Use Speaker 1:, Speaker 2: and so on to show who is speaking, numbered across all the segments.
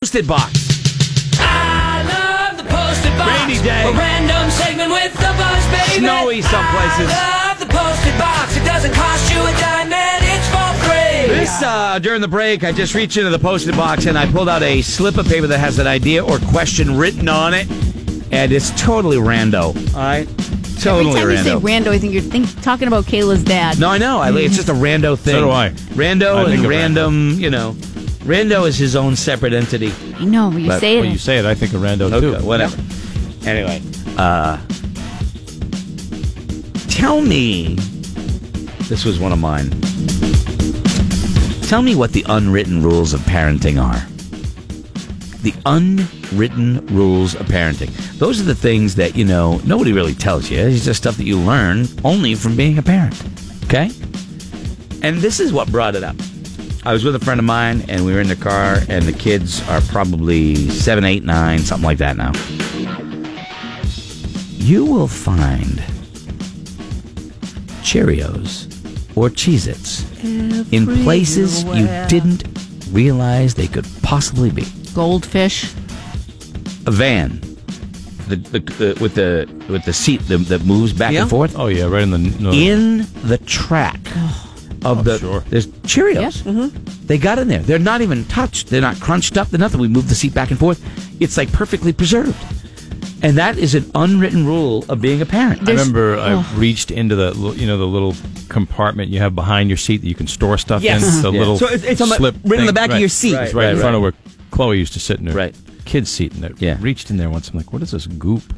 Speaker 1: Posted box.
Speaker 2: I love the posted box.
Speaker 1: Rainy day.
Speaker 2: A random segment with the buzz, baby.
Speaker 1: Snowy some places.
Speaker 2: I love the posted box. It doesn't cost you a dime and it's for free.
Speaker 1: This uh, during the break, I just reached into the posted box and I pulled out a slip of paper that has an idea or question written on it, and it's totally rando. All right,
Speaker 3: Every
Speaker 1: totally
Speaker 3: time you say
Speaker 1: rando.
Speaker 3: rando, I think you're think, talking about Kayla's dad.
Speaker 1: no, I know. I, it's just a rando thing.
Speaker 4: So do I.
Speaker 1: Rando
Speaker 4: I think
Speaker 1: and
Speaker 4: of
Speaker 1: random. You know, rando is his own separate entity.
Speaker 3: I know. You
Speaker 1: But
Speaker 3: say it.
Speaker 4: When you say it, I think of Rando
Speaker 1: Okay,
Speaker 4: too.
Speaker 1: whatever. Anyway, uh, tell me. This was one of mine. Tell me what the unwritten rules of parenting are. The unwritten rules of parenting. Those are the things that, you know, nobody really tells you. It's just stuff that you learn only from being a parent. Okay? And this is what brought it up. I was with a friend of mine, and we were in the car, and the kids are probably seven, eight, nine, something like that now. You will find Cheerios or Cheez Its in places you didn't realize they could possibly be.
Speaker 3: Goldfish.
Speaker 1: A van. The, the, the, with the with the seat that that moves back
Speaker 2: Yeah.
Speaker 1: and forth
Speaker 4: Oh yeah, right in the no,
Speaker 1: in the track of
Speaker 4: Oh,
Speaker 1: the
Speaker 4: sure.
Speaker 1: there's Cheerios. They got in there. They're not even touched. They're not crunched up. They're nothing. We move the seat back and forth. It's like perfectly preserved. And that is an unwritten rule of being a parent.
Speaker 4: I
Speaker 3: There's-
Speaker 4: remember
Speaker 3: Ugh.
Speaker 4: I reached into the li- you know the little compartment you have behind your seat that you can store stuff
Speaker 1: Yes.
Speaker 4: in. The
Speaker 1: Yeah.
Speaker 4: little
Speaker 5: So it's- it's on the-
Speaker 4: slip
Speaker 5: right in
Speaker 4: thing.
Speaker 5: the back of your seat.
Speaker 4: It's right,
Speaker 1: Right,
Speaker 4: in
Speaker 1: right,
Speaker 4: front of where Chloe used to sit in her
Speaker 1: Right.
Speaker 4: kid's seat, and I
Speaker 1: Yeah.
Speaker 4: reached in there once. I'm like, what is this goop?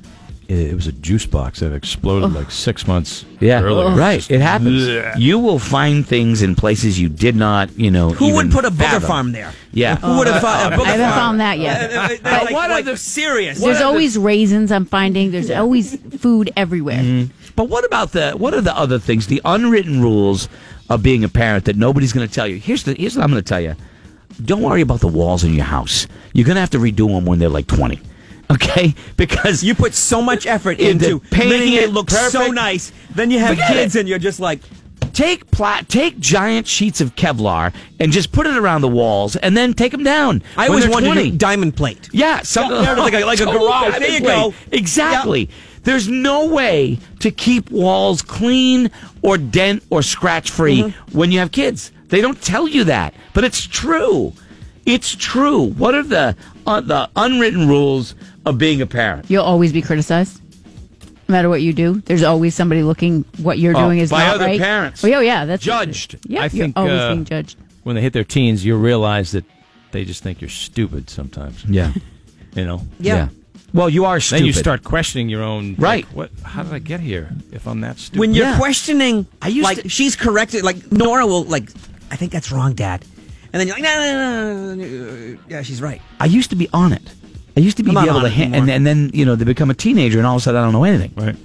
Speaker 4: It, it was a juice box that exploded like six months
Speaker 1: Yeah, Oh.
Speaker 4: earlier.
Speaker 1: right.
Speaker 4: Just-
Speaker 1: It happens.
Speaker 4: Blech.
Speaker 1: You will find things in places you did not, you know.
Speaker 5: Who would
Speaker 1: even
Speaker 5: put a booger
Speaker 1: fathom.
Speaker 5: farm there?
Speaker 1: Yeah. Uh,
Speaker 5: Who would have thought a booger
Speaker 3: I haven't
Speaker 5: farm?
Speaker 3: found that yet.
Speaker 5: Uh, uh, uh,
Speaker 3: But
Speaker 5: like,
Speaker 1: what
Speaker 5: what
Speaker 1: are
Speaker 5: like,
Speaker 1: the-
Speaker 5: serious?
Speaker 3: There's always raisins. I'm finding. There's always food everywhere.
Speaker 1: But what about the what are the other things? The unwritten rules of being a parent that nobody's going to tell you. Here's the here's what I'm going to tell you. Don't worry about the walls in your house. You're going to have to redo them when they're like 20. Okay? Because
Speaker 5: you put so much effort
Speaker 1: In the
Speaker 5: into
Speaker 1: painting
Speaker 5: making
Speaker 1: it
Speaker 5: it look so
Speaker 1: perfect.
Speaker 5: nice. Then you have
Speaker 1: Forget
Speaker 5: kids
Speaker 1: it.
Speaker 5: and you're just like,
Speaker 1: take pla- take giant sheets of Kevlar and just put it around the walls and then take them down.
Speaker 5: I
Speaker 1: when
Speaker 5: always
Speaker 1: they're
Speaker 5: wanted
Speaker 1: 20.
Speaker 5: to diamond plate.
Speaker 1: Yeah, something
Speaker 5: Yeah, like a- like a garage. There you go.
Speaker 1: Exactly. There's no way to keep walls clean or dent or scratch free
Speaker 5: Mm-hmm.
Speaker 1: when you have kids. They don't tell you that, but it's true. It's true. What are the uh, the unwritten rules of being a parent?
Speaker 3: You'll always be criticized. No matter what you do, there's always somebody looking what you're
Speaker 1: Oh,
Speaker 3: doing is
Speaker 1: by
Speaker 3: not
Speaker 1: other
Speaker 3: right.
Speaker 1: parents.
Speaker 3: Oh, yeah, yeah, that's
Speaker 1: Judged.
Speaker 3: Yeah,
Speaker 4: I
Speaker 3: you're
Speaker 4: think,
Speaker 3: always
Speaker 4: uh,
Speaker 3: being judged.
Speaker 4: When they hit their teens, you realize that they just think you're stupid sometimes.
Speaker 1: Yeah.
Speaker 4: You know.
Speaker 5: Yeah.
Speaker 1: Well, you are stupid.
Speaker 4: Then you start questioning your own. like,
Speaker 1: Right.
Speaker 4: what? How did I get here? If I'm that stupid.
Speaker 5: When you're
Speaker 1: Yeah.
Speaker 5: questioning,
Speaker 1: I used
Speaker 5: like
Speaker 1: to-
Speaker 5: she's corrected. Like Nora will like, I think that's wrong, Dad. And then you're like, no, no, no, no, no. yeah, she's right.
Speaker 1: I used to be on it. I used to be,
Speaker 5: I'm not
Speaker 1: able
Speaker 5: on
Speaker 1: to
Speaker 5: it
Speaker 1: hit, and,
Speaker 5: anymore.
Speaker 1: and then you know they become a teenager, and all of a sudden I don't know anything.
Speaker 4: right.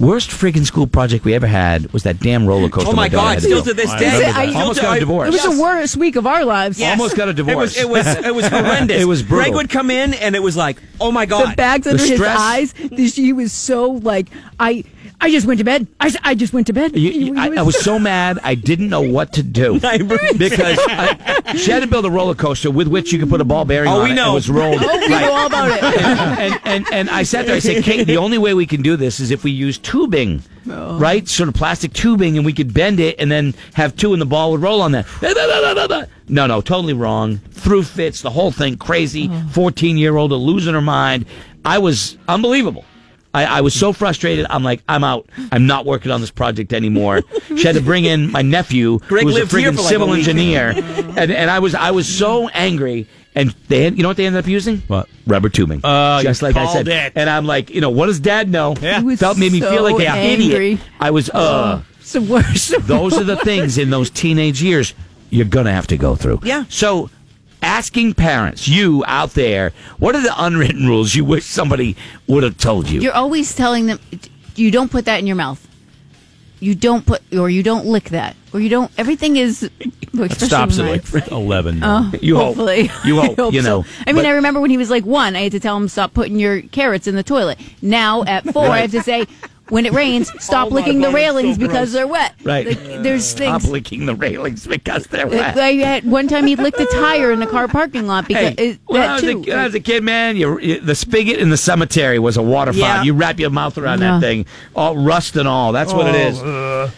Speaker 1: Worst freaking school project we ever had was that damn roller coaster.
Speaker 5: Oh my
Speaker 1: daughter
Speaker 5: God!
Speaker 1: had to
Speaker 5: Still
Speaker 1: go.
Speaker 5: to this
Speaker 4: I
Speaker 5: day,
Speaker 4: remember that.
Speaker 5: Still
Speaker 1: Almost
Speaker 5: to-
Speaker 1: got a
Speaker 5: I-
Speaker 1: divorce.
Speaker 3: It was
Speaker 5: Yes.
Speaker 3: the worst week of our lives.
Speaker 5: Yes.
Speaker 1: Almost got a divorce.
Speaker 5: It was it was it was horrendous.
Speaker 1: It was brutal.
Speaker 5: Greg would come in and it was like, oh my god,
Speaker 3: the bags under his
Speaker 1: stress.
Speaker 3: eyes. This, he was so like, I, I just went to bed. I, s- I just went to bed.
Speaker 1: You-
Speaker 3: He-
Speaker 1: you-
Speaker 3: he
Speaker 1: I, I was so mad I didn't know what to do
Speaker 5: Neighbor.
Speaker 1: because I, she had to build a roller coaster with which you could put a ball bearing on
Speaker 5: Oh, we
Speaker 1: it and
Speaker 5: know.
Speaker 1: it was rolled.
Speaker 3: Oh, we know all about it.
Speaker 1: and, and and I sat there. I said, Kate, the only way we can do this is if we use tubing,
Speaker 3: Oh.
Speaker 1: right? Sort of plastic tubing, and we could bend it and then have two, and the ball would roll on that. Da, da, da, da, da, da. No, no, totally wrong. Threw fits, the whole thing crazy.
Speaker 3: Oh.
Speaker 1: Fourteen-year-old losing her mind. I was unbelievable. I, I was so frustrated. I'm like, I'm out. I'm not working on this project anymore. she had to bring in my nephew,
Speaker 5: Greg
Speaker 1: who was a
Speaker 5: lived here
Speaker 1: freaking
Speaker 5: for like a
Speaker 1: civil
Speaker 5: week.
Speaker 1: engineer, and and I was I was so angry. And they, you know what they ended up using?
Speaker 4: What?
Speaker 1: Rubber tubing
Speaker 5: Uh,
Speaker 4: Oh,
Speaker 1: just
Speaker 4: you
Speaker 1: like I
Speaker 4: called
Speaker 1: said.
Speaker 4: it.
Speaker 1: And I'm like, you know, what does Dad know?
Speaker 4: Yeah. He
Speaker 3: was
Speaker 1: Felt made me feel like
Speaker 3: so
Speaker 1: an
Speaker 3: angry.
Speaker 1: idiot. I was, uh,
Speaker 3: It's the worst.
Speaker 1: those are the things in those teenage years you're gonna have to go through.
Speaker 5: Yeah.
Speaker 1: So, asking parents, you out there, what are the unwritten rules you wish somebody would have told you?
Speaker 3: You're always telling them you don't put that in your mouth. You don't put, or you don't lick that, or you don't. Everything is well, especially
Speaker 4: stops at
Speaker 3: mine.
Speaker 4: like eleven.
Speaker 1: you
Speaker 3: Oh, Hopefully,
Speaker 1: hope. You
Speaker 3: I
Speaker 1: hope. you
Speaker 3: so.
Speaker 1: know.
Speaker 3: I mean,
Speaker 1: But-
Speaker 3: I remember when he was like one, I had to tell him stop putting your carrots in the toilet. Now at four, I have to say, When it rains,
Speaker 1: Oh,
Speaker 3: stop licking the railings because they're wet.
Speaker 1: Right.
Speaker 3: Like, there's
Speaker 1: Stop
Speaker 3: things.
Speaker 1: licking the railings because they're
Speaker 3: Like,
Speaker 1: wet.
Speaker 3: I had one time he licked a tire in the car parking lot because
Speaker 1: Hey,
Speaker 3: it,
Speaker 1: when, I
Speaker 3: that
Speaker 1: was
Speaker 3: too.
Speaker 1: a, when I was a kid, man, you, you- the spigot in the cemetery was a waterfall.
Speaker 5: Yeah.
Speaker 1: You wrap your mouth around
Speaker 3: Yeah.
Speaker 1: that thing, all rust and all. That's what it is. Uh,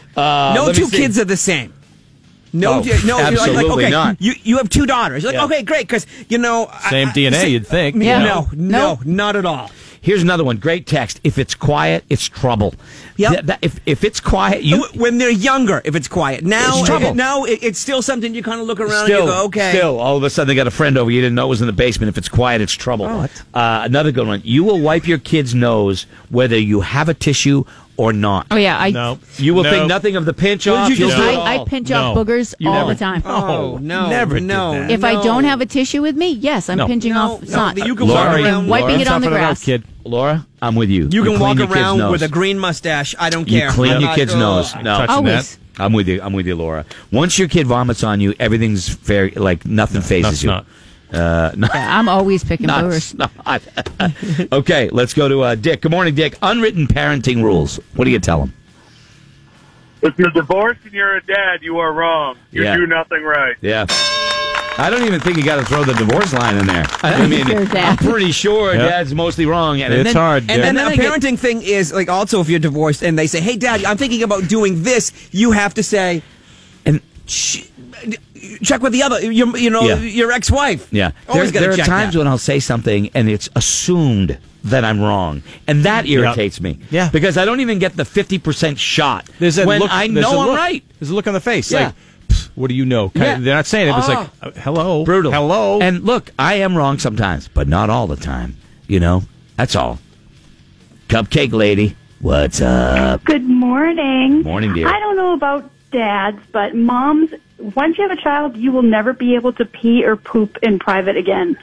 Speaker 5: no
Speaker 1: let me
Speaker 5: two
Speaker 1: see.
Speaker 5: kids are the same. No,
Speaker 1: Oh,
Speaker 5: di- no, you're like- like,
Speaker 1: absolutely
Speaker 5: okay,
Speaker 1: not.
Speaker 5: You you have two daughters. You're like,
Speaker 1: Yeah.
Speaker 5: okay, great, because you know I-
Speaker 4: Same
Speaker 5: I-
Speaker 4: DNA,
Speaker 5: sa-
Speaker 4: you'd think.
Speaker 3: Yeah.
Speaker 5: No,
Speaker 3: Nope.
Speaker 5: no, not at all.
Speaker 1: Here's another one. Great text. If it's quiet, it's trouble.
Speaker 5: Yep.
Speaker 1: Th- that- if, if it's quiet, you
Speaker 5: Wh- when they're younger, if it's quiet now,
Speaker 1: It's trouble.
Speaker 5: it- now it, it's still something you kind of look around
Speaker 1: still,
Speaker 5: and you go, okay,
Speaker 1: still, all of a sudden they got a friend over. You didn't know it was in the basement. If it's quiet, it's trouble.
Speaker 5: Oh,
Speaker 1: uh,
Speaker 5: it's-
Speaker 1: another good one. You will wipe your kid's nose whether you have a tissue or not.
Speaker 3: oh yeah, I
Speaker 4: No.
Speaker 1: You will
Speaker 4: No.
Speaker 1: think nothing of the pinch
Speaker 5: What
Speaker 1: off.
Speaker 5: did you
Speaker 1: You'll
Speaker 5: just
Speaker 1: do
Speaker 5: say?
Speaker 1: it all.
Speaker 3: I, I pinch
Speaker 4: No.
Speaker 3: off boogers
Speaker 1: You
Speaker 3: all
Speaker 1: never-
Speaker 3: the time.
Speaker 5: Oh no,
Speaker 4: never did
Speaker 5: no.
Speaker 4: that.
Speaker 3: if I don't
Speaker 5: no.
Speaker 3: have a tissue with me, yes, I'm
Speaker 4: No.
Speaker 3: pinching
Speaker 5: No,
Speaker 3: off
Speaker 5: no,
Speaker 3: snot.
Speaker 5: you can walk
Speaker 1: Laurie,
Speaker 5: around.
Speaker 3: wiping
Speaker 1: Laurie,
Speaker 3: it on the
Speaker 4: Toughen it up,
Speaker 3: grass.
Speaker 4: kid.
Speaker 1: Laura, I'm with you.
Speaker 5: You can
Speaker 1: clean
Speaker 5: walk
Speaker 1: your kid's
Speaker 5: around
Speaker 1: nose.
Speaker 5: with a green mustache. I don't
Speaker 1: You
Speaker 5: care.
Speaker 1: clean your
Speaker 5: Uh,
Speaker 1: kid's
Speaker 5: uh,
Speaker 1: nose. No.
Speaker 4: Touching
Speaker 3: Always.
Speaker 4: that.
Speaker 1: I'm with you. I'm with you, Laura. Once your kid vomits on you, everything's very like nothing phases
Speaker 4: That's
Speaker 1: you.
Speaker 4: not.
Speaker 3: Yeah, I'm always picking
Speaker 1: Not,
Speaker 3: boogers.
Speaker 1: not. okay, let's go to uh, Dick. Good morning, Dick. Unwritten parenting rules. What do you tell them?
Speaker 6: If you're divorced and you're a dad, you are wrong. You
Speaker 1: Yeah.
Speaker 6: do nothing right.
Speaker 1: Yeah. I don't even think you got to throw the divorce line in there. I mean,
Speaker 3: Sure,
Speaker 1: I'm
Speaker 3: Dad.
Speaker 1: pretty sure
Speaker 4: Yeah.
Speaker 1: dad's mostly wrong. And,
Speaker 4: It's
Speaker 1: then,
Speaker 4: hard,
Speaker 5: And
Speaker 4: Yeah.
Speaker 5: then,
Speaker 1: And then
Speaker 5: the
Speaker 1: I get-
Speaker 5: parenting thing is like also if you're divorced and they say, "Hey, Dad, I'm thinking about doing this," you have to say,
Speaker 1: And
Speaker 5: "Sh- "Check with the other, your, you know,
Speaker 1: Yeah.
Speaker 5: your ex-wife."
Speaker 1: Yeah. There,
Speaker 5: always got
Speaker 1: there
Speaker 5: to
Speaker 1: are
Speaker 5: check
Speaker 1: times
Speaker 5: that.
Speaker 1: when I'll say something and it's assumed that I'm wrong. And that irritates me.
Speaker 4: Yeah.
Speaker 1: Because I don't even get the 50% shot
Speaker 4: There's that
Speaker 1: when
Speaker 4: look,
Speaker 1: I
Speaker 4: there's
Speaker 1: know
Speaker 4: a
Speaker 1: I'm
Speaker 4: look-
Speaker 1: right.
Speaker 4: There's a look on the face.
Speaker 1: Yeah.
Speaker 4: Like, "Pfft, what do you know? Kind
Speaker 1: Yeah.
Speaker 4: of- they're not saying it. But it's
Speaker 1: Ah.
Speaker 4: like, uh, hello.
Speaker 1: Brutal.
Speaker 4: Hello.
Speaker 1: And look, I am wrong sometimes, but not all the time. You know? That's all. Cupcake lady, what's up?
Speaker 7: Good morning.
Speaker 1: Morning, dear.
Speaker 7: I don't know about dads, but moms, once you have a child, you will never be able to pee or poop in private again.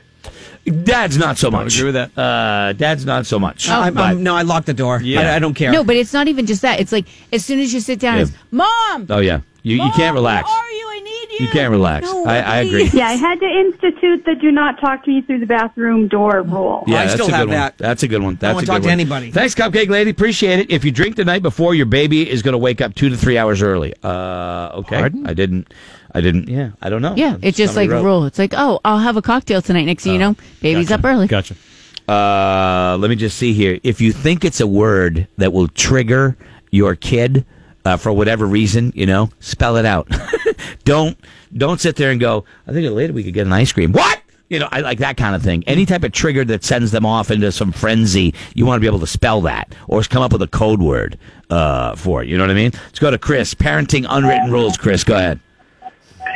Speaker 1: Dad's not so much.
Speaker 4: agree with that.
Speaker 1: Uh, dad's not so much.
Speaker 3: Oh.
Speaker 5: Oh, I'm,
Speaker 1: But-
Speaker 5: I'm, no, I lock the door.
Speaker 4: Yeah.
Speaker 5: I, I don't care.
Speaker 3: No, but it's not even just that. It's like as soon as you sit down,
Speaker 1: Yeah.
Speaker 3: it's mom.
Speaker 1: oh, yeah. You, you
Speaker 3: Mom,
Speaker 1: can't relax.
Speaker 3: Where are you? I need you.
Speaker 1: You can't relax.
Speaker 3: No,
Speaker 1: I, I
Speaker 3: please.
Speaker 1: agree.
Speaker 7: Yeah, I had to institute the do not talk to me through the bathroom door rule.
Speaker 1: Yeah,
Speaker 5: I
Speaker 1: that's
Speaker 5: still
Speaker 1: a good
Speaker 5: have
Speaker 1: one.
Speaker 5: that.
Speaker 1: That's a good one. That's
Speaker 5: wanna
Speaker 1: a
Speaker 5: talk
Speaker 1: good
Speaker 5: to
Speaker 1: one.
Speaker 5: anybody.
Speaker 1: Thanks, Cupcake Lady. Appreciate it. If you drink the night before, your baby is going to wake up two to three hours early. Uh, okay.
Speaker 4: Pardon?
Speaker 1: I didn't. I didn't. Yeah, I don't know.
Speaker 3: Yeah, it's just
Speaker 1: Somebody wrote.
Speaker 3: like a
Speaker 1: Oh,
Speaker 3: rule. It's like, oh, I'll have a cocktail tonight. Next thing you know, baby's up early.
Speaker 4: Gotcha.
Speaker 1: Uh, let me just see here. If you think it's a word that will trigger your kid uh, for whatever reason, you know, spell it out. don't don't sit there and go. I think later we could get an ice cream. What? You know, I like that kind of thing. Any type of trigger that sends them off into some frenzy, you want to be able to spell that or come up with a code word uh, for it. You know what I mean? Let's go to Chris. Parenting unwritten rules. Chris, go ahead.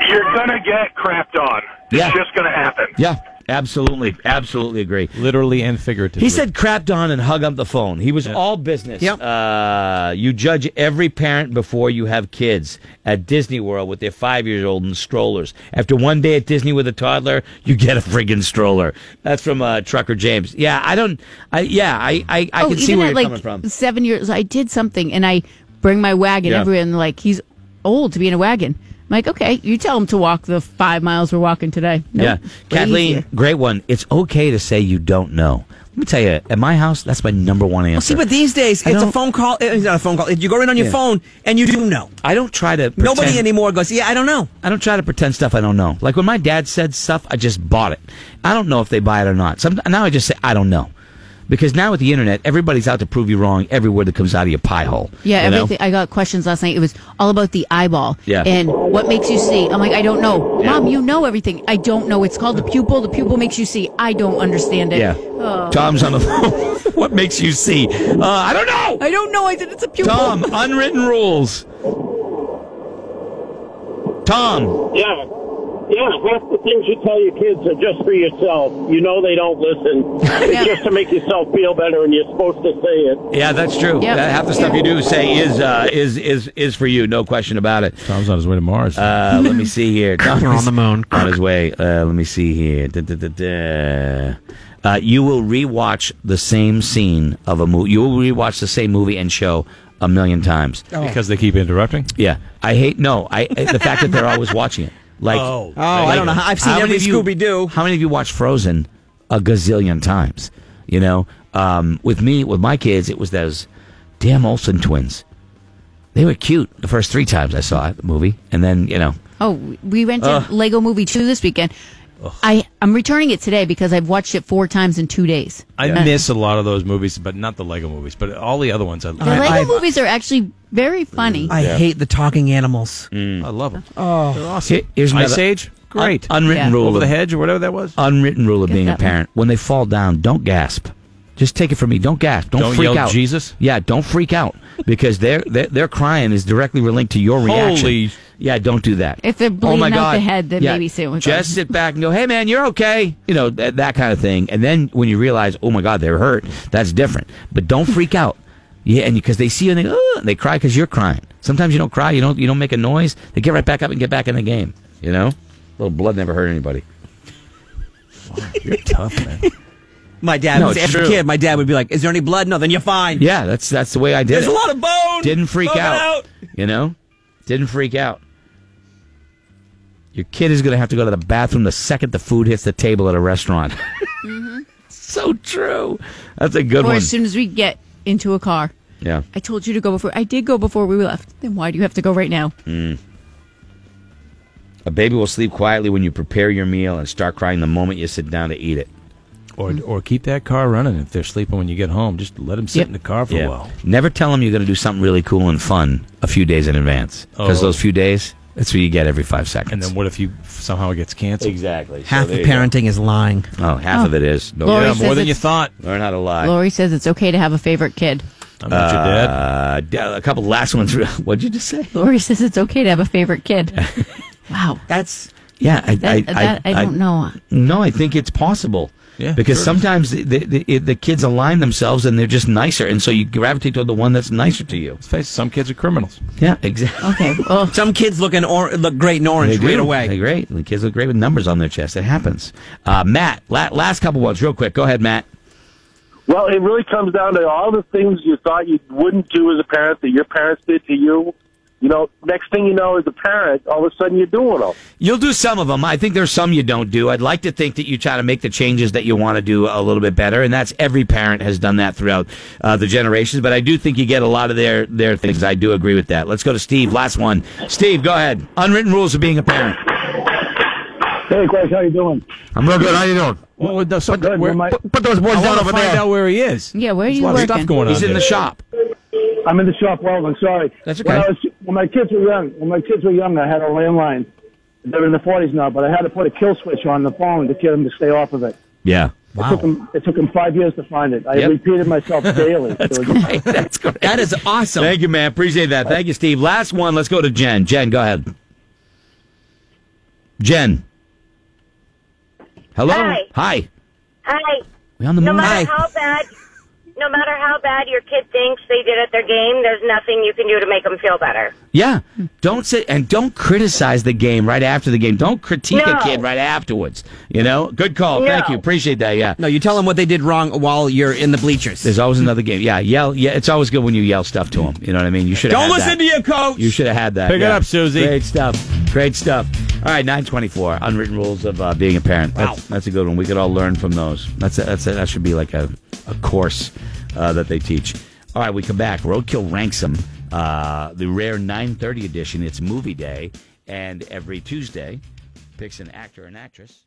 Speaker 6: You're gonna get crapped on. It's
Speaker 1: Yeah.
Speaker 6: just gonna happen.
Speaker 1: Yeah, absolutely, absolutely agree.
Speaker 4: Literally and figuratively.
Speaker 1: He said crapped on and hung up the phone. He was all business.
Speaker 5: Yep.
Speaker 1: Uh, you judge every parent before you have kids at Disney World with their five years old in strollers. After one day at Disney with a toddler, you get a friggin' stroller. That's from uh, Trucker James. Yeah, I don't. I yeah, I I, I
Speaker 3: oh,
Speaker 1: can
Speaker 3: even
Speaker 1: see where
Speaker 3: at
Speaker 1: you're
Speaker 3: like
Speaker 1: coming from.
Speaker 3: seven years, I did something, and I bring my wagon
Speaker 1: Yeah.
Speaker 3: everywhere, and like he's old to be in a wagon. I'm like, okay, you tell him to walk the five miles we're walking today. Nope.
Speaker 1: Yeah,
Speaker 3: Way
Speaker 1: Kathleen,
Speaker 3: easier.
Speaker 1: great one. It's okay to say you don't know. Let me tell you, at my house, that's my number one answer.
Speaker 5: See, but these days
Speaker 1: I
Speaker 5: it's a
Speaker 1: don't-
Speaker 5: phone call. It's not a phone call. You go in on your
Speaker 1: Yeah.
Speaker 5: phone and you do know.
Speaker 1: I don't try to. Pretend,
Speaker 5: Nobody anymore goes, "Yeah, I don't know."
Speaker 1: I don't try to pretend stuff I don't know. Like when my dad said stuff, I just bought it. I don't know if they buy it or not. Some, now I just say I don't know, because now with the internet, everybody's out to prove you wrong every word that comes out of your pie hole.
Speaker 3: Yeah,
Speaker 1: you know?
Speaker 3: everything. I got questions last night. It was all about the eyeball.
Speaker 1: Yeah.
Speaker 3: And what makes you see? I'm like, I don't know.
Speaker 1: Yeah.
Speaker 3: Mom, you know everything. I don't know. It's called the pupil. The pupil makes you see. I don't understand it.
Speaker 1: Yeah.
Speaker 3: Oh.
Speaker 1: Tom's on the phone. what makes you see? Uh, I don't know.
Speaker 3: I don't know. I said it's a pupil.
Speaker 1: Tom, unwritten rules. Tom,
Speaker 8: Yeah. Yeah, half the things you tell your kids are just for yourself. You know they don't listen.
Speaker 3: Yeah.
Speaker 8: It's just to make yourself feel better, and you're supposed to say it.
Speaker 1: yeah, that's true.
Speaker 3: Yeah.
Speaker 1: That- Half the stuff you do say is uh, is is is for you, no question about it.
Speaker 4: Tom's on his way to Mars.
Speaker 1: Uh, let me see here. We're
Speaker 5: on the moon.
Speaker 1: On his way. Uh, let me see here. Da, da, da, da. Uh, you will rewatch the same scene of a movie. You will rewatch the same movie and show a million times.
Speaker 4: because they keep interrupting.
Speaker 1: Yeah, I hate no. I the fact that they're always watching it. Like
Speaker 4: Oh.
Speaker 5: Oh, I don't know. I've seen
Speaker 1: how many
Speaker 5: every
Speaker 1: of you-
Speaker 5: Scooby Doo.
Speaker 1: How many of you watch Frozen a gazillion times? You know, um, with me, with my kids, it was those damn Olsen twins. They were cute the first three times I saw it, the movie, and then you know,
Speaker 3: Oh, we went to Lego Movie 2 this weekend. I, I'm returning it today because I've watched it four times in two days.
Speaker 4: I
Speaker 3: Uh,
Speaker 4: miss a lot of those movies, but not the Lego movies, but all the other ones. I,
Speaker 3: The Lego
Speaker 5: I-
Speaker 3: movies are actually very
Speaker 1: Mm,
Speaker 3: funny.
Speaker 5: I hate the talking animals.
Speaker 4: I love them. Oh, they're awesome.
Speaker 1: Here- here's
Speaker 4: Ice
Speaker 1: another-
Speaker 4: Age, great.
Speaker 1: Un- unwritten
Speaker 3: Yeah.
Speaker 1: rule
Speaker 4: Over
Speaker 1: of-
Speaker 4: the hedge or whatever that was.
Speaker 1: unwritten rule of
Speaker 3: Get
Speaker 1: being a
Speaker 3: that one.
Speaker 1: parent. When they fall down, don't gasp. Just take it from me. Don't gasp. Don't,
Speaker 4: Don't
Speaker 1: freak
Speaker 4: yell,
Speaker 1: out.
Speaker 4: "Jesus"?
Speaker 1: Yeah, don't freak out because their their, their crying is directly linked to your reaction.
Speaker 4: Holy-
Speaker 1: Yeah, don't do that.
Speaker 3: If they're
Speaker 1: oh my
Speaker 3: bleeding out
Speaker 1: God.
Speaker 3: the head, then
Speaker 1: yeah.
Speaker 3: maybe sit with
Speaker 1: Just
Speaker 3: them.
Speaker 1: sit back and go, "Hey, man, you're okay." You know that, that kind of thing. And then when you realize, "Oh my God, they're hurt," that's different. But don't freak out. Yeah, and because they see you and they go, "Ugh," and they cry because you're crying. Sometimes you don't cry. You don't you don't make a noise. They get right back up and get back in the game. You know, a little blood never hurt anybody.
Speaker 4: You're tough, man.
Speaker 5: My dad,
Speaker 1: No,
Speaker 5: was,
Speaker 1: it's
Speaker 5: as a
Speaker 1: true.
Speaker 5: kid, my dad would be like, "Is there any blood? No, then you're fine."
Speaker 1: Yeah, that's that's the way I did
Speaker 5: There's
Speaker 1: it.
Speaker 5: a lot of bone.
Speaker 1: Didn't freak
Speaker 5: Bone it
Speaker 1: out, You know? Didn't freak out. Your kid is going to have to go to the bathroom the second the food hits the table at a restaurant. So true. That's a good
Speaker 3: Mm-hmm. or
Speaker 1: one.
Speaker 3: as soon as we get into a car.
Speaker 1: yeah.
Speaker 3: I told you to go before. I did go before we left. Then why do you have to go right now?
Speaker 1: A baby will sleep quietly when you prepare your meal and start crying the moment you sit down to eat it.
Speaker 4: Or or keep that car running if they're sleeping when you get home. Just let them sit
Speaker 1: Yep.
Speaker 4: in the car for
Speaker 1: Yeah.
Speaker 4: a while.
Speaker 1: Never tell them you're going to do something really cool and fun a few days in advance. Because
Speaker 4: Oh.
Speaker 1: those few days, that's what you get every five seconds.
Speaker 4: And then what if you somehow it gets canceled?
Speaker 1: Exactly. So
Speaker 5: Half
Speaker 1: there
Speaker 5: of
Speaker 1: you go.
Speaker 5: parenting is lying.
Speaker 1: Oh, half of it is. No,
Speaker 3: Lori
Speaker 4: Yeah,
Speaker 3: says
Speaker 4: more than
Speaker 3: it's-
Speaker 4: you thought.
Speaker 1: Learn how to lie.
Speaker 3: Lori says it's okay to have a favorite kid.
Speaker 4: I'm not your dad.
Speaker 1: Uh, d- a couple last ones. What'd you just say?
Speaker 3: Lori says it's okay to have a favorite kid. wow.
Speaker 5: That's
Speaker 1: Yeah, I,
Speaker 3: That,
Speaker 1: I,
Speaker 3: that, I, don't know.
Speaker 1: No, I think it's possible.
Speaker 4: Yeah,
Speaker 1: because
Speaker 4: sure.
Speaker 1: sometimes the, the, the, it- the kids align themselves and they're just nicer, and so you gravitate toward the one that's nicer to you.
Speaker 4: Let's face it, some kids are criminals.
Speaker 1: Yeah, exactly.
Speaker 3: Okay. Well,
Speaker 5: some kids look in or- look great in orange
Speaker 1: They
Speaker 5: right
Speaker 1: do.
Speaker 5: away.
Speaker 1: They're great. The kids look great with numbers on their chest. It happens. Uh, Matt, la- last couple ones, real quick. Go ahead, Matt.
Speaker 8: Well, it really comes down to all the things you thought you wouldn't do as a parent that your parents did to you. You know, next thing you know, as a parent, all of a sudden you're doing them.
Speaker 1: You'll do some of them. I think there's some you don't do. I'd like to think that you try to make the changes that you want to do a little bit better, and that's every parent has done that throughout uh, the generations. But I do think you get a lot of their their things. I do agree with that. Let's go to Steve. Last one, Steve. Go ahead. Unwritten rules of being a parent.
Speaker 8: Hey, guys, how you doing?
Speaker 1: I'm real good. How you doing?
Speaker 4: Well, no, some,
Speaker 8: good,
Speaker 4: where,
Speaker 8: well, my-
Speaker 4: put, put
Speaker 1: those
Speaker 4: I
Speaker 1: boys
Speaker 4: want to find out where he is.
Speaker 3: Yeah, where are
Speaker 4: There's
Speaker 3: you
Speaker 4: a lot of
Speaker 3: working?
Speaker 4: stuff going on.
Speaker 1: He's in the
Speaker 4: there.
Speaker 1: shop.
Speaker 8: I'm in the shop. Well, I'm sorry.
Speaker 1: That's
Speaker 8: When,
Speaker 1: okay.
Speaker 8: I was, when my kids were young, when my kids were young, I had a landline. They're in the 40s now, but I had to put a kill switch on the phone to get them to stay off of it.
Speaker 1: Yeah.
Speaker 8: It took them, it took them five years to find it. I
Speaker 1: Yep.
Speaker 8: repeated myself daily. That's
Speaker 1: Hey, that's great.
Speaker 5: that is awesome.
Speaker 1: Thank you, man. Appreciate that. Thank you, Steve. Last one. Let's go to Jen. Jen, go ahead. Jen. Hello.
Speaker 9: Hi.
Speaker 1: Hi.
Speaker 9: Hi.
Speaker 1: We on the
Speaker 9: No
Speaker 1: moon.
Speaker 5: Hi.
Speaker 9: matter how bad, no matter how bad your kid thinks they did at their game, there's nothing you can do to make them feel better.
Speaker 1: Yeah. Don't sit and don't criticize the game right after the game. Don't critique
Speaker 9: No.
Speaker 1: a kid right afterwards. You know? Good call.
Speaker 9: No.
Speaker 1: Thank you. Appreciate that. Yeah.
Speaker 5: No, you tell them what they did wrong while you're in the bleachers.
Speaker 1: There's always another game. Yeah. Yell. Yeah. It's always good when you yell stuff to them. You know what I mean? You should
Speaker 5: Don't listen to your coach.
Speaker 1: You should have had that.
Speaker 4: Pick it
Speaker 1: yeah.
Speaker 4: up, Susie.
Speaker 1: Great stuff. Great stuff. All right, 924, unwritten rules of uh, being a parent. That's, that's a good one. We could all learn from those. That's a, that's a, that should be like a, a course uh, that they teach. All right, we come back. Roadkill Ransom, uh, the rare 930 edition. It's movie day, and every Tuesday picks an actor and actress.